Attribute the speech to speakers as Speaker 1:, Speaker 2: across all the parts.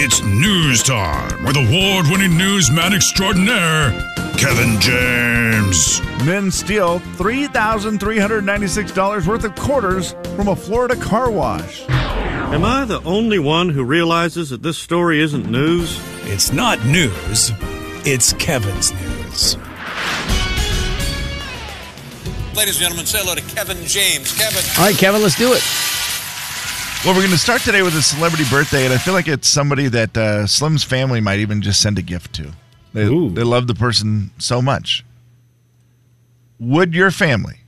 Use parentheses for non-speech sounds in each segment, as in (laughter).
Speaker 1: It's news time with award winning newsman extraordinaire, Kevin James.
Speaker 2: Men steal $3,396 worth of quarters from a Florida car wash.
Speaker 3: Am I the only one who realizes that this story isn't news?
Speaker 4: It's not news, it's Kevin's news.
Speaker 5: Ladies and gentlemen, say hello to Kevin James. Kevin.
Speaker 6: All right, Kevin, let's do it.
Speaker 2: Well, we're going to start today with a celebrity birthday, and I feel like it's somebody that uh, Slim's family might even just send a gift to. They,
Speaker 6: Ooh.
Speaker 2: they love the person so much. Would your family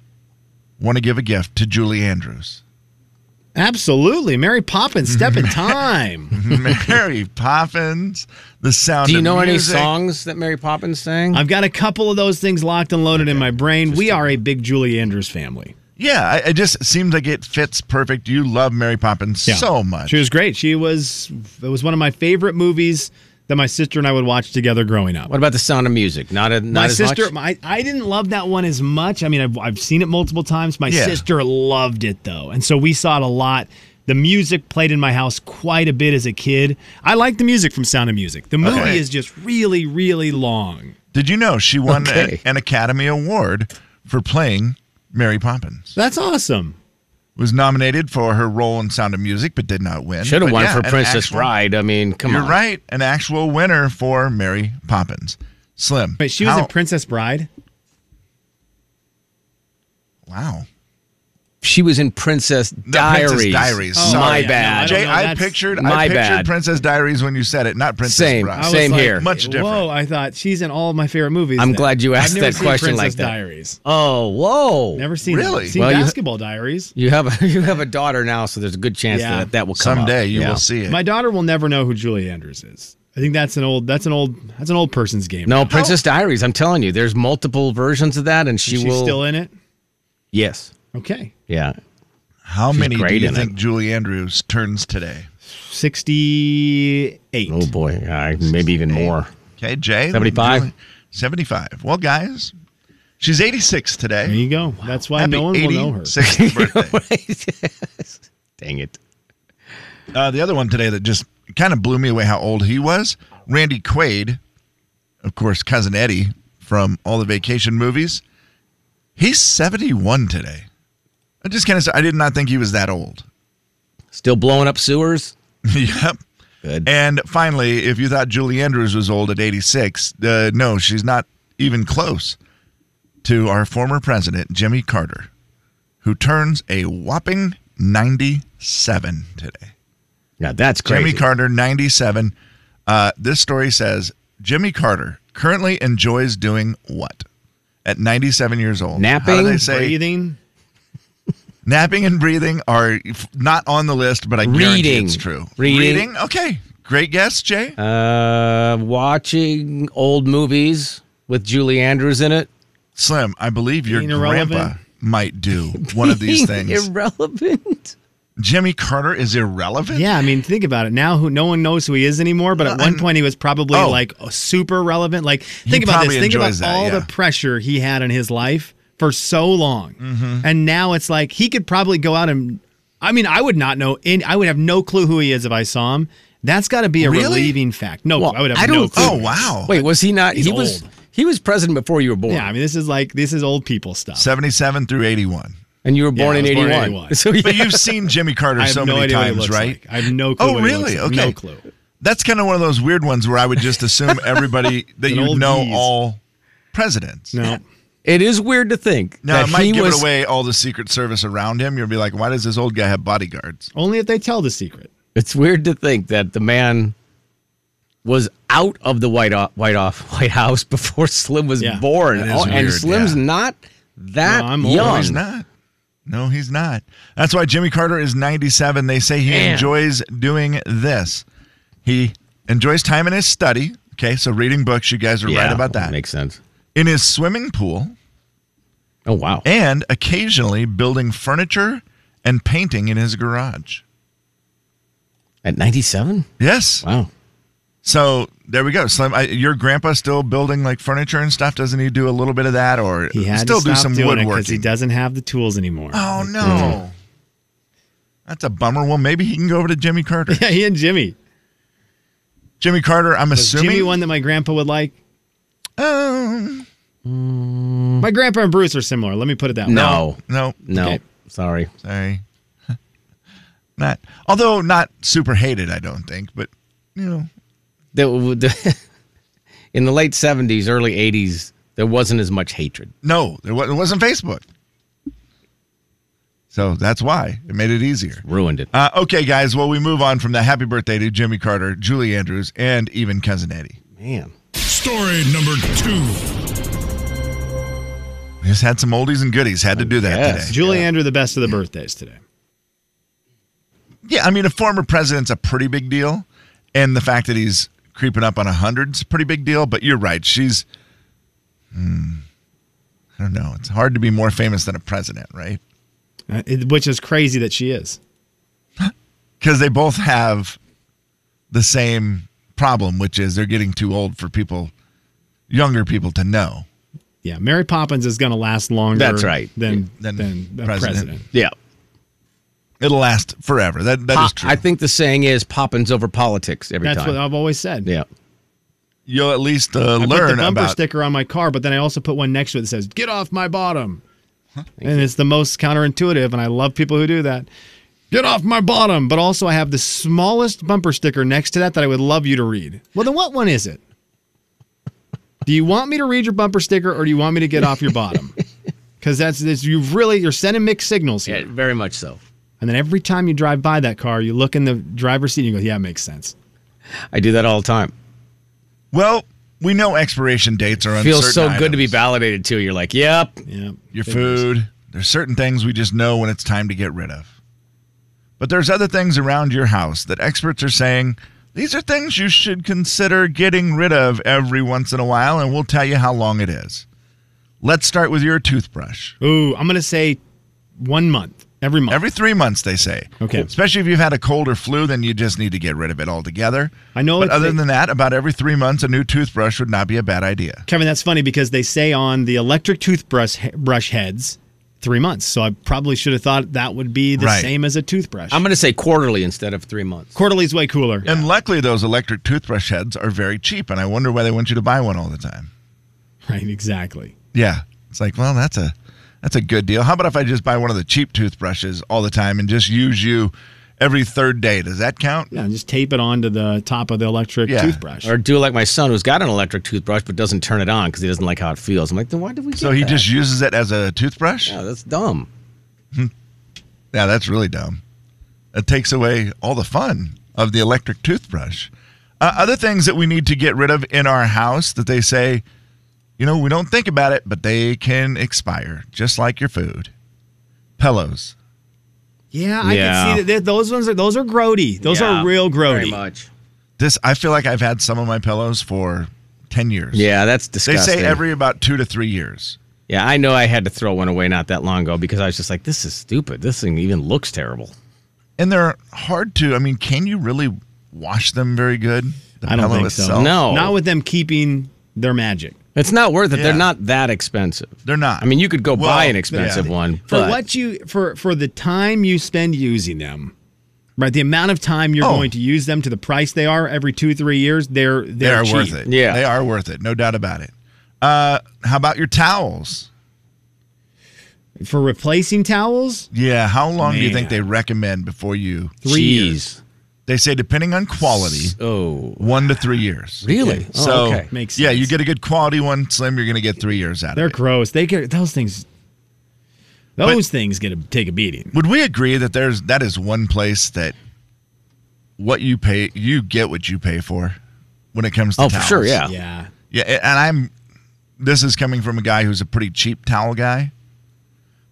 Speaker 2: want to give a gift to Julie
Speaker 6: (laughs)
Speaker 2: Andrews?
Speaker 6: Absolutely. Mary Poppins, Step (laughs) in Time.
Speaker 2: Mary Poppins, the sound
Speaker 6: Do you
Speaker 2: of
Speaker 6: know any
Speaker 2: music.
Speaker 6: songs that Mary Poppins sang?
Speaker 7: I've got a couple of those things locked and loaded in my brain. We are a big Julie Andrews family.
Speaker 2: Yeah, I, it just seems like it fits perfect. You love Mary Poppins
Speaker 7: Yeah.
Speaker 2: so much.
Speaker 7: She was great. She was it was one of my favorite movies that my sister and I would watch together growing up.
Speaker 6: what about the sound of music? Not a not
Speaker 7: my
Speaker 6: as
Speaker 7: sister,
Speaker 6: much?
Speaker 7: my, I didn't love that one as much. I mean, I've, I've seen it multiple times. My
Speaker 2: Yeah.
Speaker 7: sister loved it though, and so we saw it a lot. The music played in my house quite a bit as a kid. I like the music from Sound of Music. The movie
Speaker 2: Okay.
Speaker 7: is just really, really long.
Speaker 2: Did you know she won a-
Speaker 6: Okay.
Speaker 2: an Academy Award for playing Mary Poppins?
Speaker 7: That's awesome.
Speaker 2: Was nominated for her role in Sound of Music, but did not win.
Speaker 6: Should have
Speaker 2: But
Speaker 6: won
Speaker 2: yeah,
Speaker 6: for
Speaker 2: an
Speaker 6: Princess
Speaker 2: actual-
Speaker 6: Bride. I mean, come
Speaker 2: You're
Speaker 6: on.
Speaker 2: right, an actual winner for Mary Poppins. Slim.
Speaker 7: But she was
Speaker 2: how-
Speaker 7: in Princess Bride.
Speaker 2: Wow.
Speaker 6: She was in Princess
Speaker 2: The
Speaker 6: Diaries.
Speaker 2: Princess Diaries.
Speaker 7: Oh,
Speaker 2: sorry.
Speaker 6: my
Speaker 7: yeah, no, I
Speaker 6: bad.
Speaker 7: don't
Speaker 2: Jay,
Speaker 7: know,
Speaker 2: I
Speaker 7: that's
Speaker 2: pictured I
Speaker 6: my
Speaker 2: pictured
Speaker 6: bad.
Speaker 2: Princess Diaries when you said it, not Princess
Speaker 6: Same.
Speaker 2: Bride.
Speaker 7: I was
Speaker 6: Same
Speaker 7: like,
Speaker 6: here.
Speaker 2: Much different.
Speaker 7: Whoa, I thought she's in all of my favorite movies.
Speaker 6: I'm
Speaker 7: then.
Speaker 6: glad you asked
Speaker 7: I've never
Speaker 6: that
Speaker 7: seen
Speaker 6: question
Speaker 7: Princess
Speaker 6: like that.
Speaker 7: Diaries.
Speaker 6: Oh, whoa.
Speaker 7: Never seen that.
Speaker 2: Really?
Speaker 7: Seen
Speaker 6: Well, you-
Speaker 7: Basketball Diaries.
Speaker 6: You have a, (laughs) you have a daughter now, so there's a good chance
Speaker 7: Yeah.
Speaker 6: that that will come up.
Speaker 2: Someday you
Speaker 6: Yeah.
Speaker 2: will see it.
Speaker 7: My daughter will never know who Julie Andrews is. I think that's an old that's an old that's an old person's game.
Speaker 6: No, Princess Diaries. I'm telling you, there's multiple versions of that, and she
Speaker 7: she's
Speaker 6: will.
Speaker 7: still in it.
Speaker 6: yes.
Speaker 7: Okay,
Speaker 6: Yeah.
Speaker 2: How many do
Speaker 6: great
Speaker 2: you
Speaker 6: in
Speaker 2: think
Speaker 6: it.
Speaker 2: Julie Andrews turns today?
Speaker 7: sixty-eight.
Speaker 6: Oh boy. I maybe even more.
Speaker 2: Okay, Jay.
Speaker 6: 75?
Speaker 2: Julie- 75. Well, guys, she's 86 today.
Speaker 7: There you go. That's why
Speaker 2: Happy
Speaker 7: no one will know her. (laughs)
Speaker 2: 86th birthday.
Speaker 6: Dang it.
Speaker 2: Uh, the other one today that just kind of blew me away how old he was Randy Quaid, of course, cousin Eddie from all the vacation movies. He's 71 today. I just kind of, I did not think he was that old.
Speaker 6: Still blowing up sewers.
Speaker 2: (laughs) yep.
Speaker 6: Good.
Speaker 2: And finally, if you thought Julie Andrews was old at 86, uh, no, she's not even close to our former president, Jimmy Carter, who turns a whopping 97 today.
Speaker 6: Now that's crazy.
Speaker 2: Jimmy Carter, 97. Uh, this story says Jimmy Carter currently enjoys doing what? At 97 years old. How do
Speaker 6: Napping,
Speaker 2: they say
Speaker 7: Breathing.
Speaker 2: napping and breathing are f- not on the list, but I guarantee
Speaker 6: Reading.
Speaker 2: it's true.
Speaker 6: Reading.
Speaker 2: Okay. Great guess, Jay.
Speaker 6: Uh, watching old movies with Julie Andrews in it.
Speaker 2: Slim, I believe your
Speaker 7: Being
Speaker 2: grandpa
Speaker 7: irrelevant.
Speaker 2: might
Speaker 7: (laughs)
Speaker 2: do one of
Speaker 6: (laughs)
Speaker 2: these things.
Speaker 6: Irrelevant.
Speaker 2: Jimmy Carter is irrelevant?
Speaker 7: Yeah, I mean, think about it. Now, who no one knows who he is anymore. But at
Speaker 2: Well,
Speaker 7: one
Speaker 2: and-
Speaker 7: point, he was probably
Speaker 2: Oh.
Speaker 7: like uh, super relevant. Like, think about
Speaker 2: probably
Speaker 7: this. Think about
Speaker 2: enjoys that,
Speaker 7: all
Speaker 2: yeah.
Speaker 7: the pressure he had in his life for so long,
Speaker 2: Mm-hmm.
Speaker 7: and now it's like he could probably go out and. I mean, I would not know. In I would have no clue who he is if I saw him. That's got to be a
Speaker 2: Really?
Speaker 7: relieving fact. No,
Speaker 6: Well,
Speaker 7: I would have
Speaker 6: I
Speaker 7: no
Speaker 6: don't
Speaker 7: clue.
Speaker 2: Oh, wow.
Speaker 6: Wait, was he not?
Speaker 7: He's
Speaker 6: he was.
Speaker 7: old.
Speaker 6: He was president before you
Speaker 2: Oh.
Speaker 6: were born.
Speaker 7: Yeah, I mean, this is like this is old people stuff.
Speaker 2: 77 through 81.
Speaker 6: and you were
Speaker 7: Yeah,
Speaker 6: born,
Speaker 7: I
Speaker 6: in,
Speaker 7: was born in
Speaker 6: 81.
Speaker 7: 81.
Speaker 6: (laughs) So yeah.
Speaker 2: But you've seen Jimmy Carter
Speaker 7: (laughs) I have
Speaker 2: so
Speaker 7: no
Speaker 2: many
Speaker 7: idea
Speaker 2: times,
Speaker 7: what he looks
Speaker 2: right?
Speaker 7: like. I have no clue.
Speaker 2: Oh,
Speaker 7: what he looks
Speaker 2: really?
Speaker 7: like.
Speaker 2: Okay.
Speaker 7: No clue.
Speaker 2: That's kind of one of those weird ones where I would just
Speaker 7: (laughs)
Speaker 2: assume everybody that
Speaker 7: An
Speaker 2: you
Speaker 7: old
Speaker 2: know
Speaker 7: geez.
Speaker 2: all presidents.
Speaker 7: No.
Speaker 6: it is weird to think
Speaker 2: Now,
Speaker 6: that
Speaker 2: it might
Speaker 6: he
Speaker 2: give
Speaker 6: was
Speaker 2: it away all the Secret Service around him. You'll be like, why does this old guy have bodyguards?
Speaker 7: Only if they tell the secret.
Speaker 6: It's weird to think that the man was out of the White o- White off White House before (laughs) Slim was
Speaker 7: Yeah,
Speaker 6: born,
Speaker 2: that is
Speaker 6: Oh, and
Speaker 2: weird,
Speaker 6: Slim's
Speaker 2: yeah.
Speaker 6: not that
Speaker 7: No, I'm old.
Speaker 2: No,
Speaker 6: young.
Speaker 2: he's not. No, he's not. That's why Jimmy Carter is 97. They say he
Speaker 6: Damn.
Speaker 2: enjoys doing this. He enjoys time in his study. Okay, so reading books, you guys are right
Speaker 6: Yeah,
Speaker 2: about that.
Speaker 6: Makes sense.
Speaker 2: in his swimming pool
Speaker 6: Oh wow,
Speaker 2: and occasionally building furniture and painting in his garage.
Speaker 6: at 97.
Speaker 2: Yes.
Speaker 6: Wow,
Speaker 2: So there we go. Slim, I, your grandpa still building like furniture and stuff. Doesn't he do a little bit of that or
Speaker 7: He had
Speaker 2: still
Speaker 7: to stop
Speaker 2: do some
Speaker 7: doing because
Speaker 2: woodworking?
Speaker 7: he Mm-hmm. doesn't have the tools anymore. Mm.
Speaker 2: Oh no.
Speaker 7: (laughs)
Speaker 2: That's a bummer. Well, maybe he can go over to Jimmy Carter.
Speaker 7: Yeah, he and Jimmy.
Speaker 2: Jimmy Carter, I'm
Speaker 7: Was
Speaker 2: assuming.
Speaker 7: Jimmy one that my grandpa would like?
Speaker 2: Um,
Speaker 7: My grandpa and Bruce are similar. Let me put it that way.
Speaker 6: No,
Speaker 2: no,
Speaker 6: no,
Speaker 7: Okay.
Speaker 6: sorry.
Speaker 2: sorry. (laughs) not, although not super hated, I don't think, but you know,
Speaker 6: There w- (laughs) the- in the late seventies, early eighties, there wasn't as much hatred.
Speaker 2: no, there was, it wasn't Facebook. So that's why it made it easier.
Speaker 6: Ruined it.
Speaker 2: Uh, okay, guys. Well, we move on from that. Happy birthday to Jimmy Carter, Julie Andrews, and even cousin Eddie.
Speaker 6: Man,
Speaker 1: Story number two.
Speaker 2: We just had some oldies and goodies. Had to do that
Speaker 6: Yes.
Speaker 2: today.
Speaker 7: Julie Andrew, the best of the birthdays today.
Speaker 2: Yeah, I mean, a former president's a pretty big deal, and the fact that he's creeping up on a hundred's a pretty big deal. But you're right; she's, hmm, I don't know. It's hard to be more famous than a president, right?
Speaker 7: Uh, it- which is crazy that she is.
Speaker 2: Because they both have the same problem, which is they're getting too old for people, younger people, to know.
Speaker 7: Yeah, Mary Poppins is going to last longer.
Speaker 6: That's right.
Speaker 7: Than
Speaker 2: Than
Speaker 7: than, a
Speaker 2: president.
Speaker 7: president.
Speaker 6: yeah.
Speaker 2: It'll last forever. That that is
Speaker 6: Pop-
Speaker 2: true.
Speaker 6: I think the saying is "Poppins over politics" every
Speaker 7: That's
Speaker 6: time.
Speaker 7: what I've always said.
Speaker 6: yeah,
Speaker 2: You'll at least uh,
Speaker 7: I put the
Speaker 2: learn
Speaker 7: bumper
Speaker 2: about.
Speaker 7: sticker on my car, but then I also put one next to it that says "Get off my bottom," and it's the most counterintuitive. And I love people who do that. Get off my bottom! But also, I have the smallest bumper sticker next to that that I would love you to read. Well, then what one is it? Do you want me to read your bumper sticker, or do you want me to get off
Speaker 2: (laughs)
Speaker 7: your bottom? Because that's, that's you've really you're sending mixed signals here.
Speaker 6: yeah, very much so.
Speaker 7: And then every time you drive by that car, you look in the driver's seat and you go, "Yeah, it makes sense."
Speaker 6: I do that all the time.
Speaker 2: Well, we know expiration dates are
Speaker 6: Feels
Speaker 2: uncertain
Speaker 6: so good to be
Speaker 2: items.
Speaker 6: validated too. You're like, yep,
Speaker 7: Yeah,
Speaker 2: your food. There's certain things we just know when it's time to get rid of. But there's other things around your house that experts are saying these are things you should consider getting rid of every once in a while, and we'll tell you how long it is. Let's start with your toothbrush.
Speaker 7: Ooh, I'm gonna say one month every month.
Speaker 2: Every three months, they say.
Speaker 7: Okay.
Speaker 2: Especially if you've had a cold or flu, then you just need to get rid of it altogether.
Speaker 7: I know
Speaker 2: But
Speaker 7: it's-
Speaker 2: other than that, about every three months, a new toothbrush would not be a bad idea.
Speaker 7: Kevin, that's funny because they say on the electric toothbrush he- brush heads three months. So I probably should have thought that would be the
Speaker 2: Right.
Speaker 7: same as a toothbrush.
Speaker 6: I'm going to say quarterly instead of three months.
Speaker 7: Quarterly's way cooler.
Speaker 2: And luckily, those electric toothbrush heads are very cheap, and I wonder why they want you to buy one all the time.
Speaker 7: (laughs) Right, exactly.
Speaker 2: Yeah. It's like, well, that's a that's a good deal. How about if I just buy one of the cheap toothbrushes all the time and just use you every third day? Does that count?
Speaker 7: Yeah, and just tape it onto the top of the electric
Speaker 2: Yeah.
Speaker 7: toothbrush.
Speaker 6: Or do like my son who's got an electric toothbrush but doesn't turn it on because he doesn't like how it feels. I'm like, then why did we?
Speaker 2: So
Speaker 6: get
Speaker 2: he
Speaker 6: that?
Speaker 2: just uses it as a toothbrush?
Speaker 6: Yeah, that's dumb.
Speaker 2: Yeah, that's really dumb. It takes away all the fun of the electric toothbrush. Uh, other things that we need to get rid of in our house that they say, you know, we don't think about it, but they can expire, just like your food. Pillows.
Speaker 7: yeah, I
Speaker 6: Yeah.
Speaker 7: can see that th- those ones are those are grody. Those
Speaker 6: Yeah,
Speaker 7: are real
Speaker 6: Very
Speaker 7: grody.
Speaker 6: much.
Speaker 2: This I feel like I've had some of my pillows for ten years.
Speaker 6: Yeah, that's
Speaker 2: They
Speaker 6: disgusting.
Speaker 2: say every about two to three years.
Speaker 6: Yeah, I know I had to throw one away not that long ago because I was just like, this is stupid. This thing even looks terrible.
Speaker 2: And they're hard to, I mean, can you really wash them very good? The
Speaker 7: I don't think so.
Speaker 6: No,
Speaker 7: Not with them keeping their magic.
Speaker 6: it's not worth it.
Speaker 2: Yeah.
Speaker 6: They're not that expensive.
Speaker 2: They're not.
Speaker 6: I mean, you could go
Speaker 2: Well,
Speaker 6: buy an expensive
Speaker 2: yeah.
Speaker 6: one,
Speaker 7: For
Speaker 6: but
Speaker 7: what you for for the time you spend using them, right? The amount of time you're
Speaker 2: Oh.
Speaker 7: going to use them to the price they are every two three years, they're
Speaker 2: They
Speaker 7: they're
Speaker 2: are
Speaker 7: cheap.
Speaker 2: worth it.
Speaker 6: Yeah.
Speaker 2: They are worth it. No doubt about it. Uh, how about your towels?
Speaker 7: for replacing towels.
Speaker 2: Yeah. How long do you think
Speaker 7: Man.
Speaker 2: they recommend before you?
Speaker 7: three
Speaker 6: Jeez.
Speaker 7: years.
Speaker 2: They say, depending on quality,
Speaker 6: Oh,
Speaker 2: one to three years.
Speaker 6: really? Oh,
Speaker 2: So,
Speaker 6: okay.
Speaker 7: Makes
Speaker 2: yeah,
Speaker 7: sense.
Speaker 2: you get a good quality one, Slim, you're going to get three years out
Speaker 7: They're
Speaker 2: of it.
Speaker 7: gross. They get those things. Those things get a, take a beating.
Speaker 2: Would we agree that there's that is one place that what you pay, you get what you pay for when it comes to
Speaker 6: Oh, for
Speaker 2: towels?
Speaker 6: sure. Yeah.
Speaker 7: Yeah,
Speaker 2: Yeah, a- and I'm. This is coming from a guy who's a pretty cheap towel guy,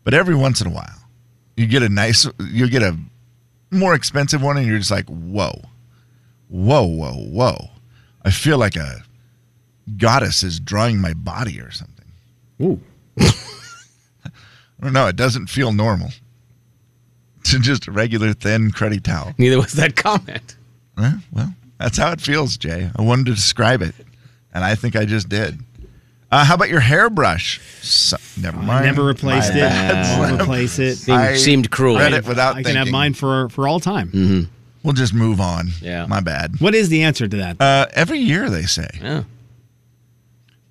Speaker 2: but every once in a while, you get a nice, you get a more expensive one, and you're just like, whoa, whoa, whoa, whoa. I feel like a goddess is drawing my body or something.
Speaker 7: Ooh.
Speaker 2: (laughs) I don't know. It doesn't feel normal. To just a regular thin cruddy towel.
Speaker 6: Neither was that comment.
Speaker 2: Eh, well, that's how it feels, Jay. I wanted to describe it, and I think I just did. Uh, how about your hairbrush? So, never
Speaker 7: I
Speaker 2: mind.
Speaker 7: never replaced
Speaker 2: My
Speaker 7: it.
Speaker 2: bad. (laughs)
Speaker 7: Won't replace it.
Speaker 6: Seemed,
Speaker 2: I
Speaker 6: seemed cruel.
Speaker 2: Read it without
Speaker 7: I can
Speaker 2: thinking. Mm-hmm.
Speaker 7: have mine for for all time.
Speaker 2: We'll just move on.
Speaker 6: Yeah.
Speaker 2: My bad.
Speaker 7: What is the answer to that?
Speaker 2: Uh, every year they say.
Speaker 6: Yeah.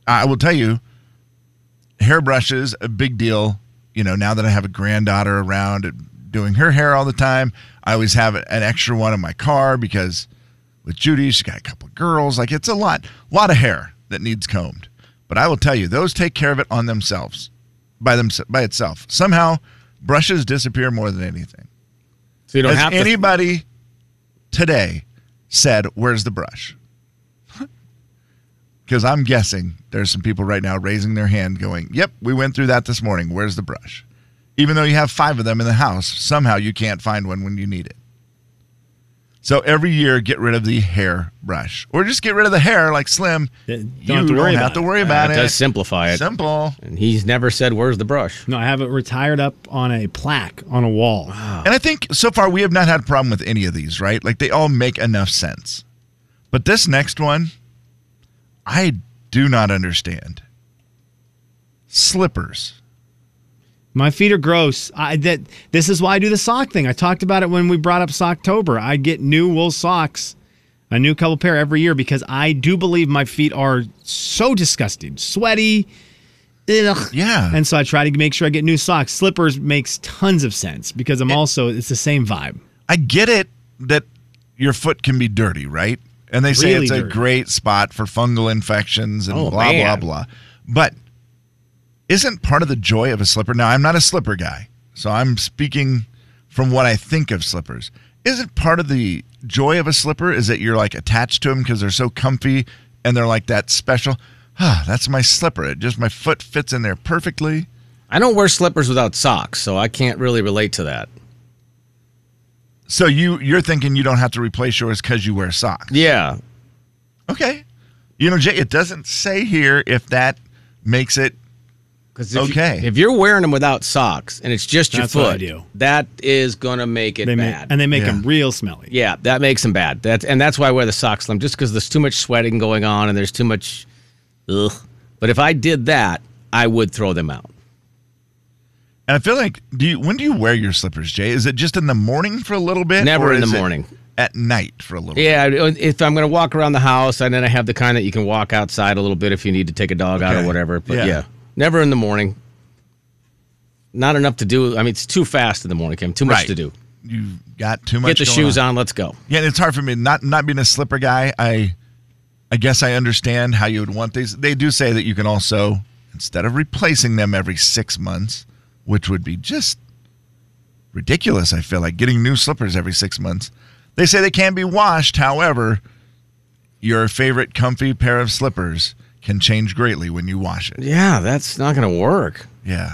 Speaker 2: I will tell you, hairbrushes a big deal. You know, now that I have a granddaughter around and doing her hair all the time, I always have an extra one in my car because with Judy, she's got a couple of girls. Like it's a lot, lot of hair that needs combed. But I will tell you, those take care of it on themselves, by them by itself. Somehow, brushes disappear more than anything.
Speaker 6: So you don't
Speaker 2: Has
Speaker 6: have to.
Speaker 2: anybody today said, "Where's the brush?" (laughs) Because I'm guessing there's some people right now raising their hand, going, "Yep, we went through that this morning. Where's the brush?" Even though you have five of them in the house, somehow you can't find one when you need it. So every year, get rid of the hair brush, or just get rid of the hair, like Slim.
Speaker 7: Don't
Speaker 2: you
Speaker 7: have to worry
Speaker 2: don't
Speaker 7: about
Speaker 2: have to
Speaker 7: it.
Speaker 2: worry
Speaker 6: Uh,
Speaker 2: about
Speaker 6: it
Speaker 2: it.
Speaker 6: does simplify it.
Speaker 2: Simple.
Speaker 6: and he's never said, "Where's the brush?"
Speaker 7: no, I have it retired up on a plaque on a wall.
Speaker 2: And I think so far we have not had a problem with any of these, right? Like they all make enough sense. But this next one, I do not understand. Slippers.
Speaker 7: My feet are gross. I that this is why I do the sock thing. I talked about it when we brought up Socktober. I get new wool socks, a new couple pair every year because I do believe my feet are so disgusting, sweaty. Ugh.
Speaker 2: Yeah.
Speaker 7: And so I try to make sure I get new socks. Slippers makes tons of sense because I'm also it's the same vibe.
Speaker 2: I get it that your foot can be dirty, right? And they say
Speaker 7: Really
Speaker 2: it's a
Speaker 7: dirty.
Speaker 2: great spot for fungal infections and
Speaker 6: Oh,
Speaker 2: blah,
Speaker 6: man.
Speaker 2: blah, blah. But isn't part of the joy of a slipper? Now, I'm not a slipper guy, so I'm speaking from what I think of slippers. Isn't part of the joy of a slipper is that you're like attached to them because they're so comfy and they're like that special? Ah, that's my slipper. It just my foot fits in there perfectly.
Speaker 6: I don't wear slippers without socks, so I can't really relate to that.
Speaker 2: So you you're thinking you don't have to replace yours because you wear socks.
Speaker 6: Yeah,
Speaker 2: Okay. You know, Jay, it doesn't say here if that makes it.
Speaker 6: because if you-
Speaker 2: Okay.
Speaker 6: if you're wearing them without socks and it's just your
Speaker 7: That's
Speaker 6: foot,
Speaker 7: what I do.
Speaker 6: that is gonna make it
Speaker 7: They make,
Speaker 6: bad.
Speaker 7: and they make
Speaker 2: Yeah.
Speaker 7: them real smelly.
Speaker 6: yeah, that makes them bad. That's and that's why I wear the socks slim, just because there's too much sweating going on and there's too much. Ugh. But if I did that, I would throw them out.
Speaker 2: And I feel like, do you, when do you wear your slippers, Jay? Is it just in the morning for a little bit?
Speaker 6: Never
Speaker 2: or
Speaker 6: in the
Speaker 2: is it
Speaker 6: morning.
Speaker 2: At night for a little bit.
Speaker 6: Yeah, uh, if I'm gonna walk around the house, and then I have the kind that you can walk outside a little bit if you need to take a dog out
Speaker 2: Okay.
Speaker 6: or whatever. But
Speaker 2: Yeah.
Speaker 6: yeah. never in the morning. Not enough to do. I mean, it's too fast in the morning, Kim. Too much
Speaker 2: Right.
Speaker 6: to do.
Speaker 2: You've got too much.
Speaker 6: Get the
Speaker 2: going
Speaker 6: shoes on. Let's go.
Speaker 2: Yeah, and it's hard for me not not being a slipper guy. I, I guess I understand how you would want these. They do say that you can also instead of replacing them every six months, which would be just ridiculous. I feel like getting new slippers every six months. They say they can be washed. However, your favorite comfy pair of slippers can change greatly when you wash it.
Speaker 6: Yeah, that's not gonna work.
Speaker 2: Yeah.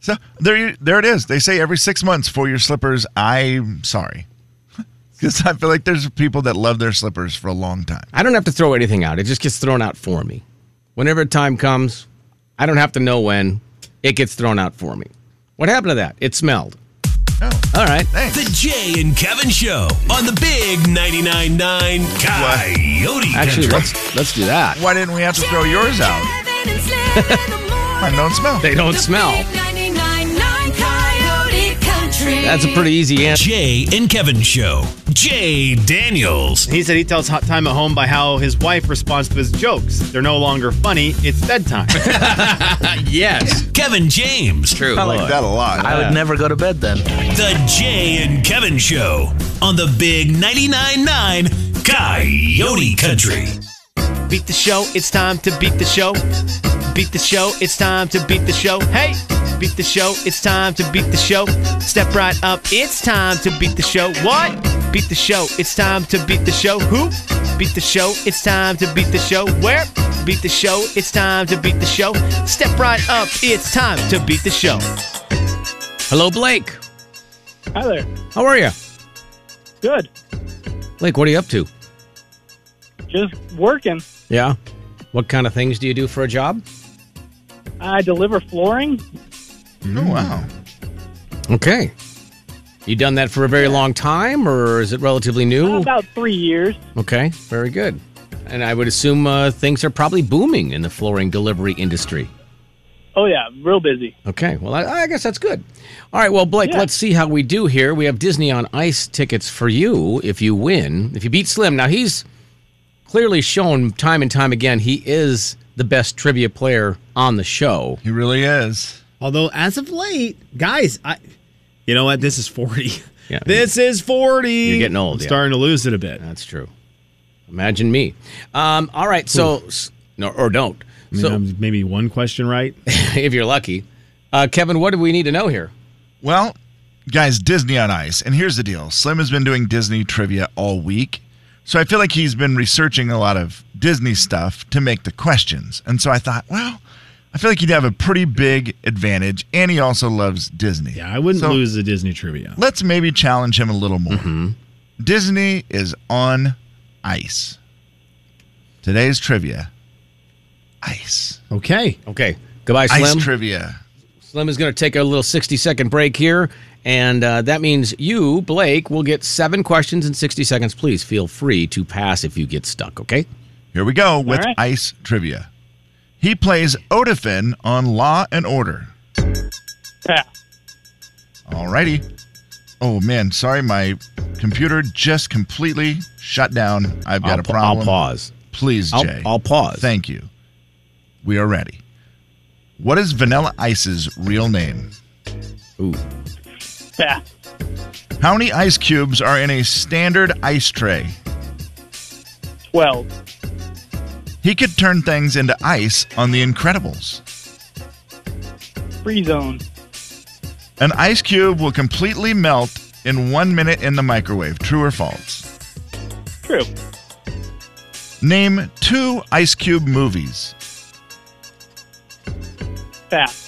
Speaker 2: So there, you, there it is. They say every six months for your slippers. I'm sorry, (laughs) because I feel like there's people that love their slippers for a long time.
Speaker 6: I don't have to throw anything out. It just gets thrown out for me. Whenever time comes, I don't have to know when. It gets thrown out for me. What happened to that? It smelled.
Speaker 2: Oh,
Speaker 6: All right.
Speaker 4: The
Speaker 2: thanks.
Speaker 4: Jay and Kevin Show on the Big 99.9 9 Coyote Country.
Speaker 6: Actually, let's let's do that.
Speaker 2: Why didn't we have to throw yours
Speaker 7: (laughs)
Speaker 2: out? Mine don't smell.
Speaker 6: They don't smell. That's a pretty easy answer.
Speaker 4: Jay and Kevin Show. Jay Daniels.
Speaker 7: He said he tells hot time at home by how his wife responds to his jokes. They're no longer funny. It's bedtime.
Speaker 6: Yes.
Speaker 4: Kevin James.
Speaker 6: True.
Speaker 2: I like that a lot.
Speaker 8: I would never go to bed then.
Speaker 4: The Jay and Kevin Show on the Big 99.9 9 Coyote Country.
Speaker 8: Beat the show, it's time to beat the show. Beat the show, it's time to beat the show. Hey! Beat the show, it's time to beat the show. Step right up, it's time to beat the show. What? Beat the show, it's time to beat the show. Who? Beat the show, it's time to beat the show. Where? Beat the show, it's time to beat the show. Step right up, it's time to beat the show.
Speaker 6: Hello, Blake.
Speaker 9: Hi there.
Speaker 6: How are you?
Speaker 9: Good.
Speaker 6: Blake, what are you up to?
Speaker 9: Just working.
Speaker 6: Yeah. What kind of things do you do for a job?
Speaker 9: I deliver flooring.
Speaker 2: Oh, wow.
Speaker 6: Okay. You done that for a very long time, or is it relatively new?
Speaker 9: About three years.
Speaker 6: Okay, very good. And I would assume uh, things are probably booming in the flooring delivery industry.
Speaker 9: Oh yeah, real busy.
Speaker 6: Okay. Well, I, I guess that's good. All right. Well, Blake,
Speaker 9: Yeah.
Speaker 6: let's see how we do here. We have Disney on Ice tickets for you if you win. If you beat Slim, now he's clearly shown time and time again he is the best trivia player on the show.
Speaker 2: He really is.
Speaker 7: Although as of late, guys, I you know what? This is 40.
Speaker 6: Yeah.
Speaker 7: this is 40. You're
Speaker 6: getting old, yeah.
Speaker 7: Starting to lose it a bit.
Speaker 6: That's true. Imagine me. Um, all right. So, s- no, or don't.
Speaker 7: I mean,
Speaker 6: So,
Speaker 7: I'm maybe one question right.
Speaker 6: (laughs) if you're lucky, uh, Kevin, what do we need to know here?
Speaker 2: Well, guys, Disney on Ice. And here's the deal Slim has been doing Disney trivia all week. So I feel like he's been researching a lot of Disney stuff to make the questions. And so I thought, well, I feel like he'd have a pretty big advantage. And he also loves Disney.
Speaker 7: Yeah, I wouldn't
Speaker 2: So
Speaker 7: lose the Disney trivia.
Speaker 2: Let's maybe challenge him a little more.
Speaker 7: Mm-hmm.
Speaker 2: Disney is on ice. Today's trivia ice.
Speaker 7: Okay.
Speaker 6: Okay. Goodbye, Slim.
Speaker 2: Ice trivia.
Speaker 6: Slim is going to take a little 60 second break here. And uh, that means you, Blake, will get seven questions in 60 seconds. Please feel free to pass if you get stuck, okay?
Speaker 2: Here we go with
Speaker 9: right.
Speaker 2: ice trivia. He plays Odafin on Law and Order.
Speaker 9: Pass.
Speaker 2: Alrighty. Oh man, sorry, my computer just completely shut down. I've got
Speaker 6: I'll
Speaker 2: a
Speaker 6: pa-
Speaker 2: problem.
Speaker 6: I'll pause.
Speaker 2: Please,
Speaker 6: I'll-
Speaker 2: Jay.
Speaker 6: I'll pause.
Speaker 2: Thank you. We are ready. What is Vanilla Ice's real name?
Speaker 6: Ooh.
Speaker 9: Pass.
Speaker 2: How many ice cubes are in a standard ice tray?
Speaker 9: Twelve.
Speaker 2: He could turn things into ice on The Incredibles.
Speaker 9: Free zone.
Speaker 2: An ice cube will completely melt in one minute in the microwave. True or false?
Speaker 9: True.
Speaker 2: Name two Ice Cube movies.
Speaker 9: Pass.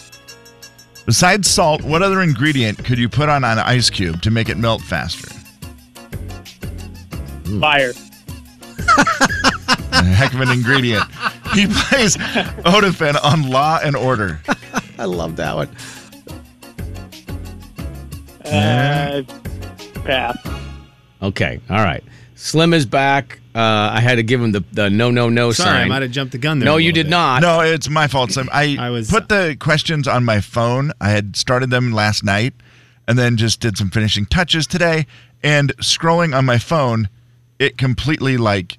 Speaker 2: Besides salt, what other ingredient could you put on an ice cube to make it melt faster?
Speaker 7: Mm.
Speaker 9: Fire.
Speaker 2: A heck of an ingredient. He plays Odafin on Law and Order.
Speaker 6: I love that one.
Speaker 9: Uh, pass.
Speaker 6: Okay. All right. Slim is back. Uh, I had to give him the, the no, no, no
Speaker 7: Sorry,
Speaker 6: sign.
Speaker 7: I might have jumped the gun there.
Speaker 6: no,
Speaker 7: a
Speaker 6: you
Speaker 7: little
Speaker 6: did
Speaker 7: bit.
Speaker 6: not.
Speaker 2: No, it's my fault. Slim. I,
Speaker 7: I was-
Speaker 2: put the questions on my phone. I had started them last night and then just did some finishing touches today. And scrolling on my phone, it completely like,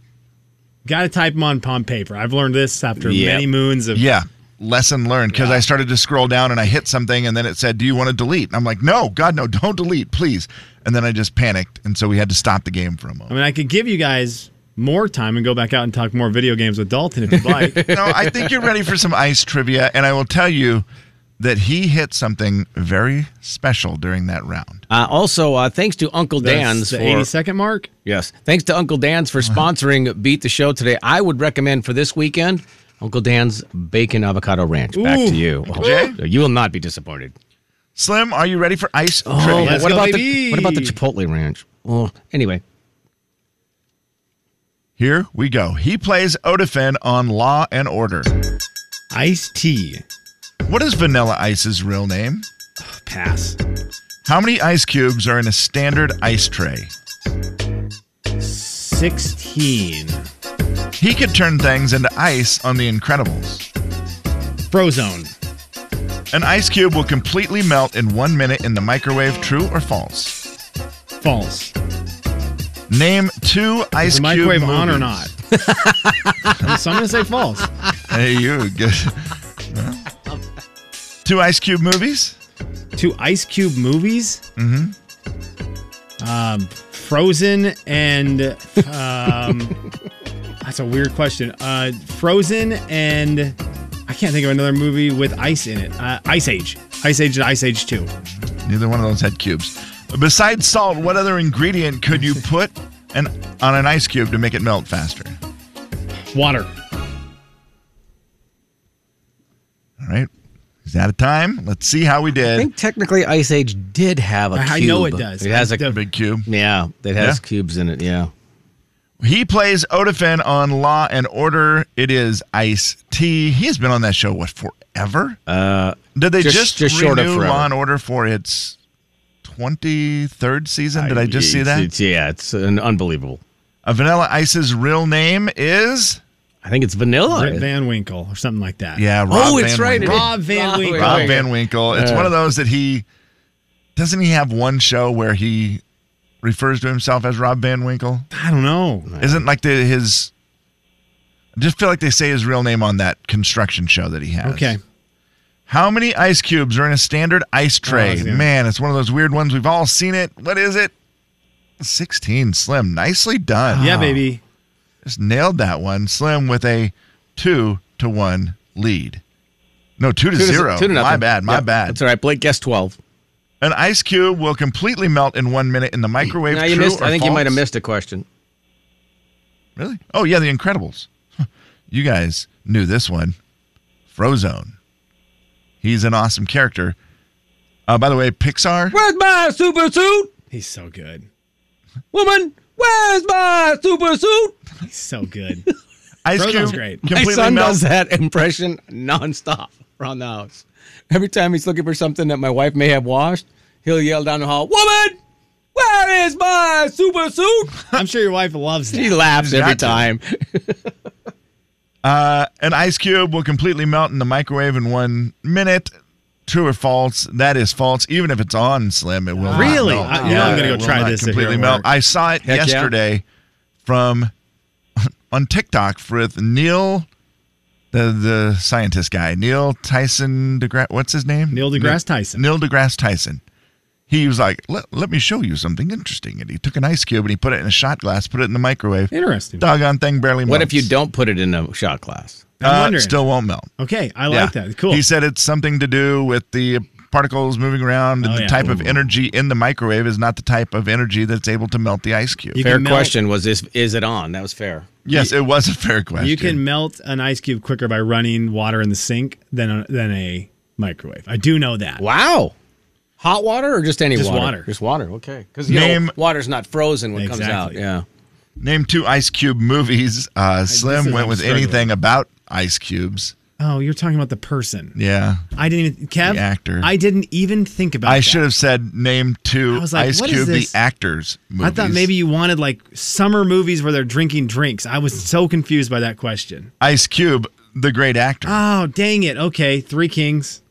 Speaker 7: Got to type them on palm paper. I've learned this after
Speaker 6: Yep.
Speaker 7: many moons of
Speaker 2: yeah, lesson learned. Because I started to scroll down and I hit something and then it said, Do you want to delete? And I'm like, No, God, no, don't delete, please. And then I just panicked. And so we had to stop the game for a
Speaker 7: I (laughs)
Speaker 2: moment.
Speaker 7: mean, I could give you guys more time and go back out and talk more video games with Dalton if
Speaker 6: (laughs)
Speaker 7: you'd like.
Speaker 2: no, I think you're ready for some ice trivia. And I will tell you that he hit something very special during that round.
Speaker 6: Uh, also, uh, thanks to Uncle Dan's
Speaker 7: the
Speaker 6: for
Speaker 7: 80 second mark.
Speaker 6: Yes. Thanks to Uncle Dan's for
Speaker 2: Uh-huh.
Speaker 6: sponsoring Beat the Show today. I would recommend for this weekend Uncle Dan's Bacon Avocado Ranch. Back to you.
Speaker 2: Jay?
Speaker 6: you will not be disappointed.
Speaker 2: Slim, are you ready for ice
Speaker 6: Oh,
Speaker 2: trivia?
Speaker 7: let's
Speaker 6: what
Speaker 7: go,
Speaker 6: about
Speaker 7: baby.
Speaker 6: the what about the Chipotle Ranch? Oh, anyway,
Speaker 2: Here we go. He plays Odafin on Law and Order.
Speaker 7: Iced tea.
Speaker 2: What is Vanilla Ice's real name?
Speaker 7: Pass.
Speaker 2: How many ice cubes are in a standard ice tray?
Speaker 7: 16.
Speaker 2: He could turn things into ice on The Incredibles.
Speaker 7: Frozone.
Speaker 2: An ice cube will completely melt in one minute in the microwave. True or false?
Speaker 7: False.
Speaker 2: Name two ice
Speaker 7: Is the
Speaker 2: cube
Speaker 7: microwave on or
Speaker 2: movies.
Speaker 7: not? so I'm going to say false.
Speaker 2: Hey, you
Speaker 7: (laughs)
Speaker 2: good? Well, two ice cube movies.
Speaker 7: Two Ice Cube movies? Mm-hmm. Um, Frozen and.
Speaker 2: (laughs)
Speaker 7: Um, that's a weird question. Uh, Frozen and. I can't think of another movie with ice in it. Uh, ice Age. Ice Age and Ice Age 2.
Speaker 2: Neither one of those had cubes. Besides salt, what other ingredient could you put an, on an ice cube to make it melt faster?
Speaker 7: Water.
Speaker 2: All right. Is that a time? Let's see how we
Speaker 6: I
Speaker 2: did.
Speaker 6: think technically Ice Age did have a
Speaker 7: I- I
Speaker 6: cube.
Speaker 7: know it does.
Speaker 6: It has a
Speaker 7: I-
Speaker 2: Big cube.
Speaker 6: yeah. It has
Speaker 2: Yeah.
Speaker 6: cubes in it. Yeah.
Speaker 2: He plays Odafin on Law and Order. It is Ice T. He's been on that show what forever? Uh, did they
Speaker 6: just-
Speaker 2: just,
Speaker 6: just short of
Speaker 2: renew
Speaker 6: forever.
Speaker 2: Law and Order for its twenty third season? Did I just see
Speaker 6: It's-
Speaker 2: that?
Speaker 6: it's- yeah, it's an unbelievable.
Speaker 2: Uh, Vanilla Ice's real name is
Speaker 6: I think it's vanilla.
Speaker 7: Rip Van Winkle or something like that.
Speaker 2: Yeah, Rob
Speaker 6: oh, it's
Speaker 2: Van
Speaker 6: right. it
Speaker 2: Winkle.
Speaker 6: is.
Speaker 7: Rob Van Winkle.
Speaker 2: Rob Van Winkle. It's one of those that he doesn't he have one show where he refers to himself as Rob Van Winkle?
Speaker 7: I don't know.
Speaker 2: Isn't like the, his. I just feel like they say his real name on that construction show that he has.
Speaker 7: Okay.
Speaker 2: How many ice cubes are in a standard ice
Speaker 6: Oh,
Speaker 2: tray?
Speaker 7: yeah.
Speaker 2: Man, it's one of those weird ones. We've all seen it. What is it? 16. Slim. Nicely done.
Speaker 7: Yeah, baby.
Speaker 2: Just nailed that one. Slim with a two to one lead. No, two to
Speaker 6: Two to-
Speaker 2: zero.
Speaker 6: two to
Speaker 2: my
Speaker 6: nothing.
Speaker 2: bad. My
Speaker 6: Yep,
Speaker 2: bad.
Speaker 6: That's all right. Blake guessed 12.
Speaker 2: An ice cube will completely melt in one minute in the microwave.
Speaker 6: Now you
Speaker 2: True
Speaker 6: missed,
Speaker 2: or
Speaker 6: I think you might have
Speaker 2: false?
Speaker 6: missed a question.
Speaker 2: Really? Oh yeah, The Incredibles. Huh. You guys knew this one. Frozone. He's an awesome character. Uh, by the way, Pixar.
Speaker 6: Where's my super suit?
Speaker 7: He's so good.
Speaker 6: Woman, where's my super suit?
Speaker 7: He's so
Speaker 2: (laughs)
Speaker 7: good.
Speaker 2: Ice
Speaker 7: Frozone's
Speaker 2: Cube
Speaker 7: great.
Speaker 6: My
Speaker 2: completely
Speaker 6: son
Speaker 2: melts.
Speaker 6: does that impression nonstop around the house. Every time he's looking for something that my wife may have washed, he'll yell down the hall, Woman, where is my super suit?
Speaker 7: I'm sure your wife loves
Speaker 6: He
Speaker 7: that.
Speaker 6: laughs every
Speaker 2: got to.
Speaker 6: time.
Speaker 2: An ice cube will completely melt in the microwave in one minute. True or false? That is false. Even if it's on Slim, it will not
Speaker 7: Really?
Speaker 2: melt.
Speaker 7: I- you know I'm gonna go
Speaker 2: it will
Speaker 7: try
Speaker 2: not
Speaker 7: this if
Speaker 2: Completely
Speaker 7: you're at
Speaker 2: melt.
Speaker 7: work.
Speaker 2: I saw it
Speaker 6: Heck yeah.
Speaker 2: yesterday from (laughs) on TikTok with Neil, the the scientist guy, Neil Tyson deGrasse. What's his name?
Speaker 7: Neil deGrasse Tyson.
Speaker 2: Neil deGrasse Tyson. He was like, let, let me show you something interesting. And he took an ice cube and he put it in a shot glass, put it in the microwave.
Speaker 7: Interesting.
Speaker 2: Doggone thing barely melts.
Speaker 6: What if you don't put it in a shot glass?
Speaker 7: I'm
Speaker 2: Uh,
Speaker 7: wondering.
Speaker 2: still won't melt.
Speaker 7: Okay, I like that. Cool.
Speaker 2: He said it's something to do with the particles moving around and
Speaker 7: Oh,
Speaker 2: the
Speaker 7: yeah.
Speaker 2: type of
Speaker 7: Ooh.
Speaker 2: energy in the microwave is not the type of energy that's able to melt the ice cube.
Speaker 7: You
Speaker 6: Fair
Speaker 7: can melt-
Speaker 6: question was this is it on? That was fair.
Speaker 2: yes, it was a fair question.
Speaker 7: You can melt an ice cube quicker by running water in the sink than a, than a microwave. I do know that.
Speaker 6: Wow. Hot water or just any
Speaker 7: Just
Speaker 6: water?
Speaker 7: water.
Speaker 6: Just water. Okay. Because
Speaker 2: Name-
Speaker 6: water's not frozen when it comes out.
Speaker 7: Exactly.
Speaker 6: Yeah.
Speaker 2: name two ice cube movies. Uh,
Speaker 7: is
Speaker 2: Slim
Speaker 7: what
Speaker 2: went
Speaker 7: I'm
Speaker 2: with
Speaker 7: struggling
Speaker 2: anything about ice cubes.
Speaker 7: Oh, you're talking about the person.
Speaker 2: Yeah,
Speaker 7: I didn't even Kev.
Speaker 2: The actor.
Speaker 7: I didn't even think about.
Speaker 2: I
Speaker 7: that.
Speaker 2: should have said name two
Speaker 7: I was like,
Speaker 2: ice
Speaker 7: what is
Speaker 2: cube the
Speaker 7: this?
Speaker 2: actors.
Speaker 7: I
Speaker 2: Movies.
Speaker 7: thought maybe you wanted like summer movies where they're drinking drinks. I was so confused by that question.
Speaker 2: Ice Cube, the great actor.
Speaker 7: Oh, dang it. Okay, Three Kings.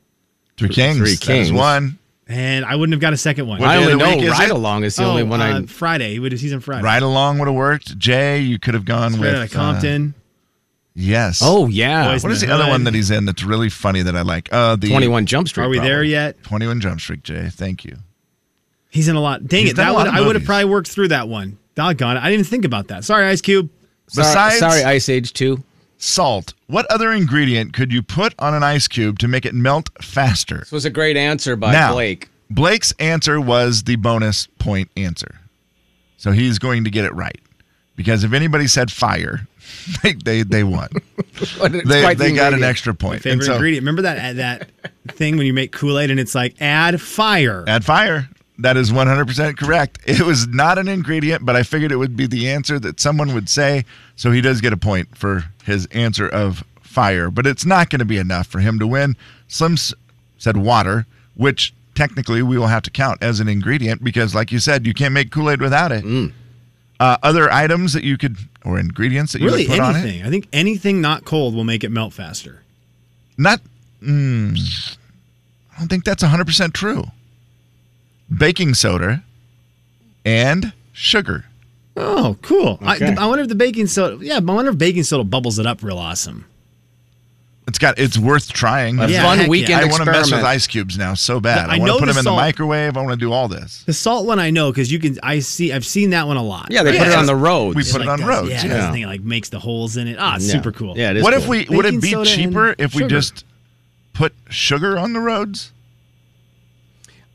Speaker 2: Three Kings.
Speaker 6: Three
Speaker 2: that is
Speaker 6: Kings.
Speaker 2: one.
Speaker 7: And I wouldn't have got a second one.
Speaker 2: What
Speaker 6: I
Speaker 2: day
Speaker 6: only
Speaker 2: of the week
Speaker 6: know
Speaker 2: is
Speaker 6: Ride
Speaker 2: it?
Speaker 6: Along is the only
Speaker 7: Oh,
Speaker 6: one
Speaker 7: uh,
Speaker 6: I.
Speaker 7: Friday. He would he's on Friday.
Speaker 2: Right along would have worked. Jay, you could have gone
Speaker 7: Straight
Speaker 2: with
Speaker 7: out of
Speaker 2: uh,
Speaker 7: Compton.
Speaker 2: yes.
Speaker 6: Oh yeah,
Speaker 7: Boys-
Speaker 2: What is the other one that he's in that's really funny that I like? Uh, the
Speaker 6: Twenty One Jump Street.
Speaker 7: Are we there
Speaker 6: probably.
Speaker 7: yet?
Speaker 2: 21 Jump Street, Jay. Thank you.
Speaker 7: He's in a lot. Dang
Speaker 2: He's
Speaker 7: it.
Speaker 2: done a
Speaker 7: That
Speaker 2: lot
Speaker 7: would
Speaker 2: of
Speaker 7: I would have
Speaker 2: movies.
Speaker 7: probably worked through that one. Doggone it. I didn't even think about that. Sorry, Ice Cube.
Speaker 6: Sorry,
Speaker 2: Besides
Speaker 6: sorry, Ice Age Two.
Speaker 2: salt, what other ingredient could you put on an ice cube to make it melt faster?
Speaker 6: This was a great answer by
Speaker 2: now,
Speaker 6: Blake. (laughs)
Speaker 2: Blake's answer was the bonus point answer. So he's going to get it right. Because if anybody said fire, (laughs) they, they, they won. they they got an extra point.
Speaker 7: Favorite
Speaker 2: And so-
Speaker 7: ingredient. Remember that
Speaker 2: (laughs)
Speaker 7: uh, that thing when you make Kool-Aid and it's like add fire.
Speaker 2: Add fire. That is 100% correct. (laughs) It was not an ingredient, but I figured it would be the answer that someone would say. So he does get a point for his answer of fire, but it's not going to be enough for him to win. Slim s- said water, which technically we will have to count as an ingredient because, like you said, you can't make Kool Aid without it.
Speaker 7: Mm.
Speaker 2: Uh, other items that you could, or ingredients that you
Speaker 7: really
Speaker 2: would put on it.
Speaker 7: anything. I think anything not cold will make it melt faster.
Speaker 2: Not, mm, I don't think that's 100% true. Baking soda and sugar.
Speaker 7: Oh, cool.
Speaker 6: Okay.
Speaker 7: I, I wonder if the baking soda. Yeah, I wonder if baking soda bubbles it up real awesome.
Speaker 2: It's got. It's worth trying.
Speaker 6: A
Speaker 7: Yeah, heck
Speaker 6: fun
Speaker 7: yeah.
Speaker 6: weekend
Speaker 2: I want to
Speaker 6: experiment.
Speaker 2: mess with ice cubes now so bad.
Speaker 7: The- I
Speaker 2: I want
Speaker 7: know
Speaker 2: to put
Speaker 7: the
Speaker 2: them in the
Speaker 7: salt-
Speaker 2: microwave. I want to do all this.
Speaker 7: The salt one I know because you can. I see. I've seen that one a lot.
Speaker 6: Yeah, they put
Speaker 2: Yeah.
Speaker 6: it on the road.
Speaker 2: We put it
Speaker 7: like
Speaker 2: on
Speaker 7: does-
Speaker 2: roads.
Speaker 7: Yeah,
Speaker 2: Yeah.
Speaker 7: this thing like makes the holes in it. Ah, it's super cool.
Speaker 6: Yeah, it is.
Speaker 2: What if
Speaker 6: cool.
Speaker 2: we? Would it
Speaker 7: Baking
Speaker 2: be
Speaker 7: soda
Speaker 2: cheaper
Speaker 7: and
Speaker 2: if we
Speaker 7: sugar.
Speaker 2: just put sugar on the roads?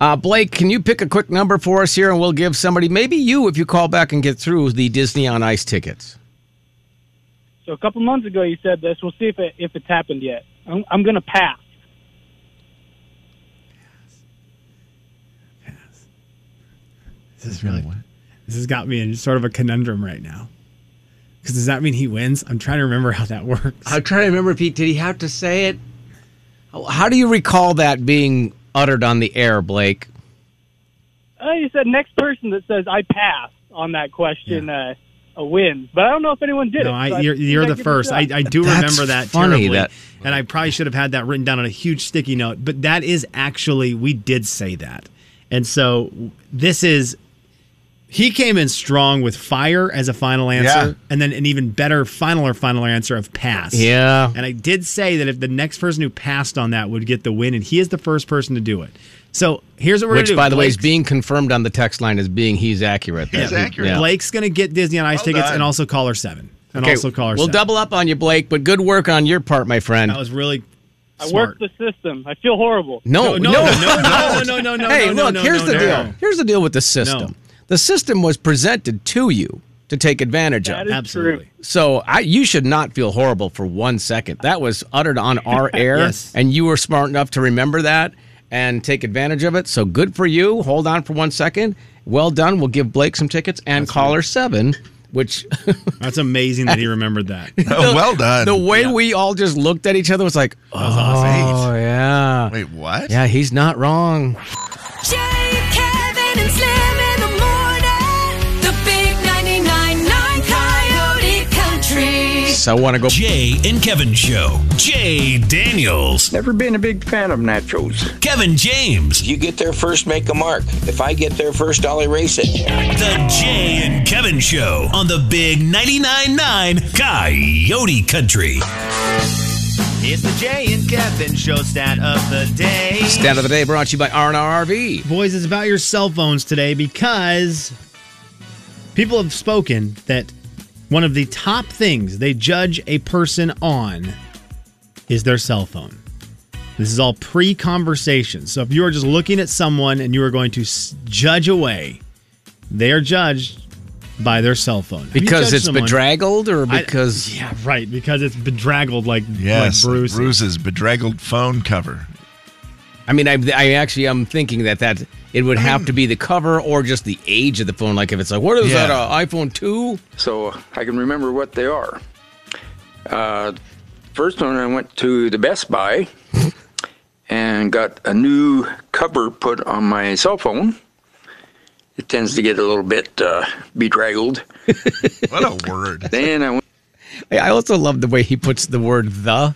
Speaker 6: Uh, Blake, can you pick a quick number for us here, and we'll give somebody, maybe you, if you call back and get through the Disney on Ice tickets.
Speaker 9: So a couple months ago, you said this. We'll see if it, if it's happened yet. I'm, I'm going to pass.
Speaker 7: This is really. This has got me in sort of a conundrum right now. Because does that mean he wins? I'm trying to remember how that works.
Speaker 6: I'm trying to remember, Pete. Did he have to say it? How- How do you recall that being uttered on the air, Blake?
Speaker 9: Uh, you said next person that says I pass on that question uh, a win, but I don't know if anyone did
Speaker 7: No,
Speaker 9: (laughs) it.
Speaker 7: I,
Speaker 9: so
Speaker 7: you're,
Speaker 9: think
Speaker 7: you're
Speaker 9: I
Speaker 7: the
Speaker 9: give it a
Speaker 7: first. I,
Speaker 9: shot.
Speaker 7: I do
Speaker 6: That's
Speaker 7: remember that
Speaker 6: funny,
Speaker 7: terribly,
Speaker 6: that-
Speaker 7: and I probably should have had that written down on a huge sticky note. But that is actually we did say that, and so this is. He came in strong with fire as a final answer,
Speaker 2: Yeah.
Speaker 7: and then an even better final or final answer of pass.
Speaker 6: Yeah.
Speaker 7: And I did say that if the next person who passed on that would get the win, and he is the first person to do it. So here's what we're
Speaker 6: Which,
Speaker 7: gonna do.
Speaker 6: by the way, is
Speaker 7: Blake's-
Speaker 6: being confirmed on the text line as being he's accurate.
Speaker 2: He's
Speaker 6: That-
Speaker 2: accurate.
Speaker 6: yeah.
Speaker 7: Blake's going to get Disney on Ice
Speaker 2: Well
Speaker 7: tickets
Speaker 2: done.
Speaker 7: and also caller seven, and
Speaker 6: Okay,
Speaker 7: also caller.
Speaker 6: we'll
Speaker 7: seven.
Speaker 6: double up on you, Blake, but good work on your part, my friend.
Speaker 7: That was really.
Speaker 9: I
Speaker 7: smart. Oh,
Speaker 9: worked the system. I feel horrible.
Speaker 6: no,
Speaker 7: no, no, no,
Speaker 6: (laughs)
Speaker 7: no, no, no, no.
Speaker 6: hey,
Speaker 7: no,
Speaker 6: look,
Speaker 7: no,
Speaker 6: here's
Speaker 7: no,
Speaker 6: the
Speaker 7: no.
Speaker 6: deal. Here's the deal with the system.
Speaker 7: No.
Speaker 6: The system was presented to you to take advantage
Speaker 9: That
Speaker 6: of.
Speaker 9: is
Speaker 7: Absolutely.
Speaker 9: true.
Speaker 6: So I, you should not feel horrible for one second. That was
Speaker 7: (laughs)
Speaker 6: uttered on our air,
Speaker 7: Yes.
Speaker 6: and you were smart enough to remember that and take advantage of it. So good for you. Hold on for one second. Well done. We'll give Blake some tickets and caller seven, which
Speaker 7: That's amazing that he remembered that.
Speaker 2: (laughs) Oh, well done.
Speaker 6: (laughs) the way we all just looked at each other was like, oh yeah,
Speaker 2: Wait, what?
Speaker 6: yeah, he's not wrong.
Speaker 10: Jay, Kevin, and Slim in the morning. The big 99.9 Coyote Country.
Speaker 6: So I want to go.
Speaker 4: Jay and Kevin Show. Jay Daniels.
Speaker 11: Never been a big fan of nachos.
Speaker 4: Kevin James.
Speaker 11: You get there first, make a mark. If I get there first, I'll erase it.
Speaker 4: The Jay and Kevin Show on the Big 99.9 9 Coyote Country.
Speaker 8: (laughs) It's the Jay and Kevin show stat of the day.
Speaker 6: Stat of the day brought to you by R&R RV.
Speaker 7: Boys, it's about your cell phones today because people have spoken that one of the top things they judge a person on is their cell phone. This is all pre conversation. So if you are just looking at someone and you are going to s- judge away, they are judged by their cell phone. Have you
Speaker 6: Because
Speaker 7: judged
Speaker 6: it's
Speaker 7: someone?
Speaker 6: bedraggled or
Speaker 7: I-
Speaker 6: because
Speaker 7: yeah, right. Because it's bedraggled like,
Speaker 2: Yes,
Speaker 7: like Bruce.
Speaker 2: Bruce's bedraggled phone cover.
Speaker 6: I mean, I, I actually I'm thinking that that it would have to be the cover or just the age of the phone. Like if it's like, what is
Speaker 2: Yeah.
Speaker 6: that? Uh, iPhone two?
Speaker 11: So uh, I can remember what they are. Uh, first one, I went to the Best Buy and got a new cover put on my cell phone. It tends to get a little bit uh, bedraggled.
Speaker 2: What
Speaker 6: (laughs)
Speaker 2: a word.
Speaker 11: Then I went.
Speaker 6: I I also love the way he puts the word the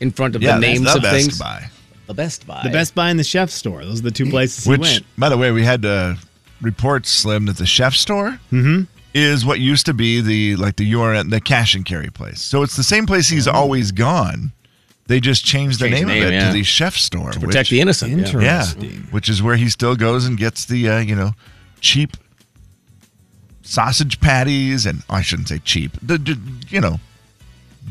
Speaker 6: in front of
Speaker 2: yeah,
Speaker 6: the
Speaker 2: that's
Speaker 6: names
Speaker 2: the
Speaker 6: of
Speaker 2: Best
Speaker 6: things.
Speaker 2: Buy.
Speaker 6: The Best Buy.
Speaker 7: The Best Buy and the Chef Store. Those are the two places he
Speaker 2: Which,
Speaker 7: went.
Speaker 2: by the way, we had uh, reports, Slim, that the chef store
Speaker 6: Mm-hmm.
Speaker 2: is what used to be the like the URN, the cash and carry place. So it's the same place he's always gone. They just changed the
Speaker 6: Oh. Changed
Speaker 2: name,
Speaker 6: the
Speaker 2: of
Speaker 6: name,
Speaker 2: it
Speaker 6: yeah.
Speaker 2: to the chef store to
Speaker 6: Protect the innocent. yeah.
Speaker 7: Interesting.
Speaker 2: yeah, which is where he still goes and gets the uh, you know cheap sausage patties, and I shouldn't say cheap, the, the you know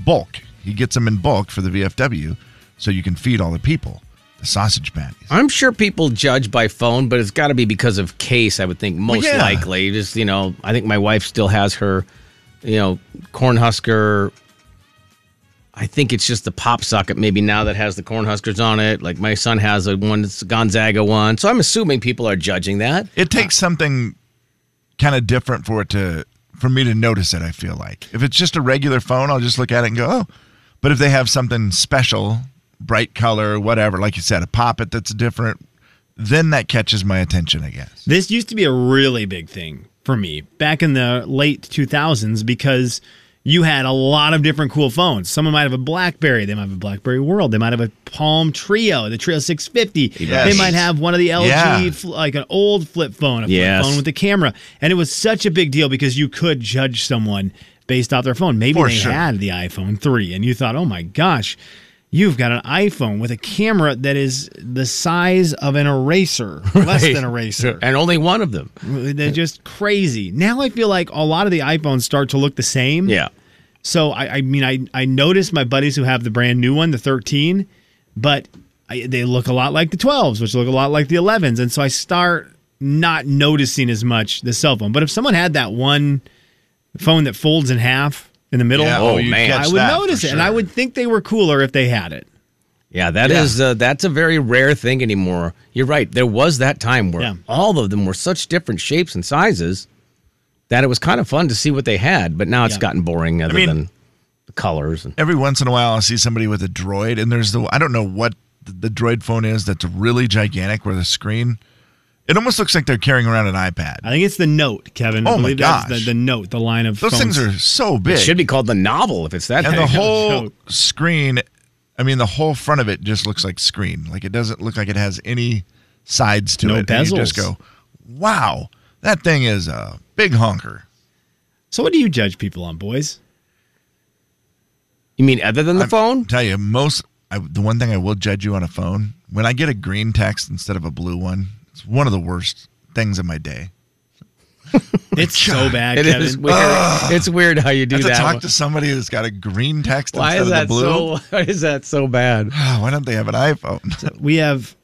Speaker 2: bulk. He gets them in bulk for the VFW, so you can feed all the people the sausage patties.
Speaker 6: I'm sure people judge by phone, but it's got to be because of case. I would think most
Speaker 2: yeah.
Speaker 6: likely. Just you know, I think my wife still has her, you know, Cornhusker. I think it's just the pop socket maybe now that has the Cornhuskers on it. Like my son has a one, it's a Gonzaga one. So I'm assuming people are judging that.
Speaker 2: It takes something kind of different for it to for me to notice it. I feel like if it's just a regular phone, I'll just look at it and go, oh. But if they have something special, bright color, whatever, like you said, a poppet that's different, then that catches my attention. I guess.
Speaker 7: This used to be a really big thing for me back in the late 2000s because you had a lot of different cool phones. Someone might have a BlackBerry. They might have a BlackBerry World. They might have a Palm Trio, the Trio 650.
Speaker 2: Yes.
Speaker 7: They might have one of the LG,
Speaker 2: Yeah.
Speaker 7: fl- like an old flip phone, a
Speaker 6: Yes.
Speaker 7: flip phone with a camera. And it was such a big deal because you could judge someone based off their phone. Maybe
Speaker 2: For
Speaker 7: they
Speaker 2: sure.
Speaker 7: had the iPhone 3 and you thought, oh my gosh, you've got an iPhone with a camera that is the size of an eraser, less than Mm-hmm.
Speaker 2: (laughs)
Speaker 7: an eraser.
Speaker 6: and only one of them.
Speaker 7: They're just crazy. Now I feel like a lot of the iPhones start to look the same.
Speaker 6: Yeah,
Speaker 7: So I, I mean, I I noticed my buddies who have the brand new one, the 13, but I, they look a lot like the 12s, which look a lot like the 11s, and so I start not noticing as much the cell phone. But if someone had that one phone that folds in half in the middle,
Speaker 2: Yeah,
Speaker 6: Oh,
Speaker 2: you'd
Speaker 6: man.
Speaker 2: catch
Speaker 7: I would
Speaker 2: that for
Speaker 7: notice it, and I
Speaker 2: sure.
Speaker 7: would think they were cooler if they had it.
Speaker 6: yeah. That is uh, that's a very rare thing anymore. You're right. There was that time where
Speaker 7: Yeah.
Speaker 6: all of them were such different shapes and sizes that it was kind of fun to see what they had. But now it's
Speaker 7: Yeah.
Speaker 6: gotten boring. Other
Speaker 2: mean-
Speaker 6: than the colors and
Speaker 2: every once in a while I see somebody with a droid, and there's the I don't know what the, the droid phone is that's really gigantic, where the screen It almost looks like they're carrying around an iPad.
Speaker 7: I think it's the Note, Kevin. I
Speaker 2: Oh my
Speaker 7: believe that's
Speaker 2: gosh.
Speaker 7: The, the Note, the line of
Speaker 2: Those
Speaker 7: phones.
Speaker 2: things are so big.
Speaker 6: It should be called the novel if it's that.
Speaker 2: and
Speaker 6: big.
Speaker 2: the whole screen, I mean, the whole front of it just looks like screen. Like it doesn't look like it has any sides to
Speaker 7: No
Speaker 2: it. And you just
Speaker 7: bezels.
Speaker 2: go, wow, that thing is a big honker.
Speaker 7: So what do you judge people on, boys?
Speaker 6: You mean other than the phone?
Speaker 2: tell you, most I, the one thing I will judge you on a phone when I get a green text instead of a blue one. It's one of the worst things in my day. Oh
Speaker 7: It's so bad,
Speaker 6: It
Speaker 7: Kevin.
Speaker 6: is weird. it's weird how you do
Speaker 2: I have to
Speaker 6: that.
Speaker 2: talk
Speaker 6: one.
Speaker 2: to somebody that's got a green text instead
Speaker 6: why is
Speaker 2: of the
Speaker 6: that
Speaker 2: blue. Oh,
Speaker 6: so? (laughs) Why is that so bad?
Speaker 2: why don't they have an iPhone?
Speaker 6: (laughs)
Speaker 7: We have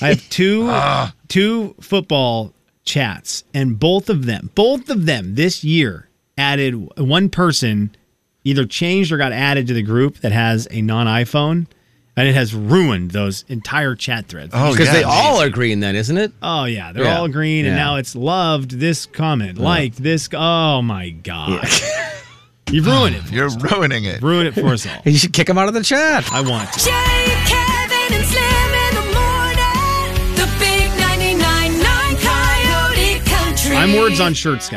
Speaker 7: I have two
Speaker 6: Ah.
Speaker 7: two football chats and both of them, both of them this year added one person either changed or got added to the group that has a non-iPhone and it has ruined those entire chat threads.
Speaker 2: Oh,
Speaker 6: Because
Speaker 2: yeah,
Speaker 6: they
Speaker 2: geez.
Speaker 6: all are green, then, isn't it?
Speaker 7: Oh yeah, they're
Speaker 6: Yeah.
Speaker 7: all green and
Speaker 6: Yeah.
Speaker 7: now it's loved this comment, liked this oh my god. (laughs) You've ruined it.
Speaker 2: You're ruining it.
Speaker 7: Ruin it for us
Speaker 6: (laughs)
Speaker 7: all.
Speaker 6: You should kick them out of the chat.
Speaker 7: I want to.
Speaker 10: Jay, Kevin, and Slim in the morning. The big 99.9 Coyote Country.
Speaker 7: I'm words on shirts, guys.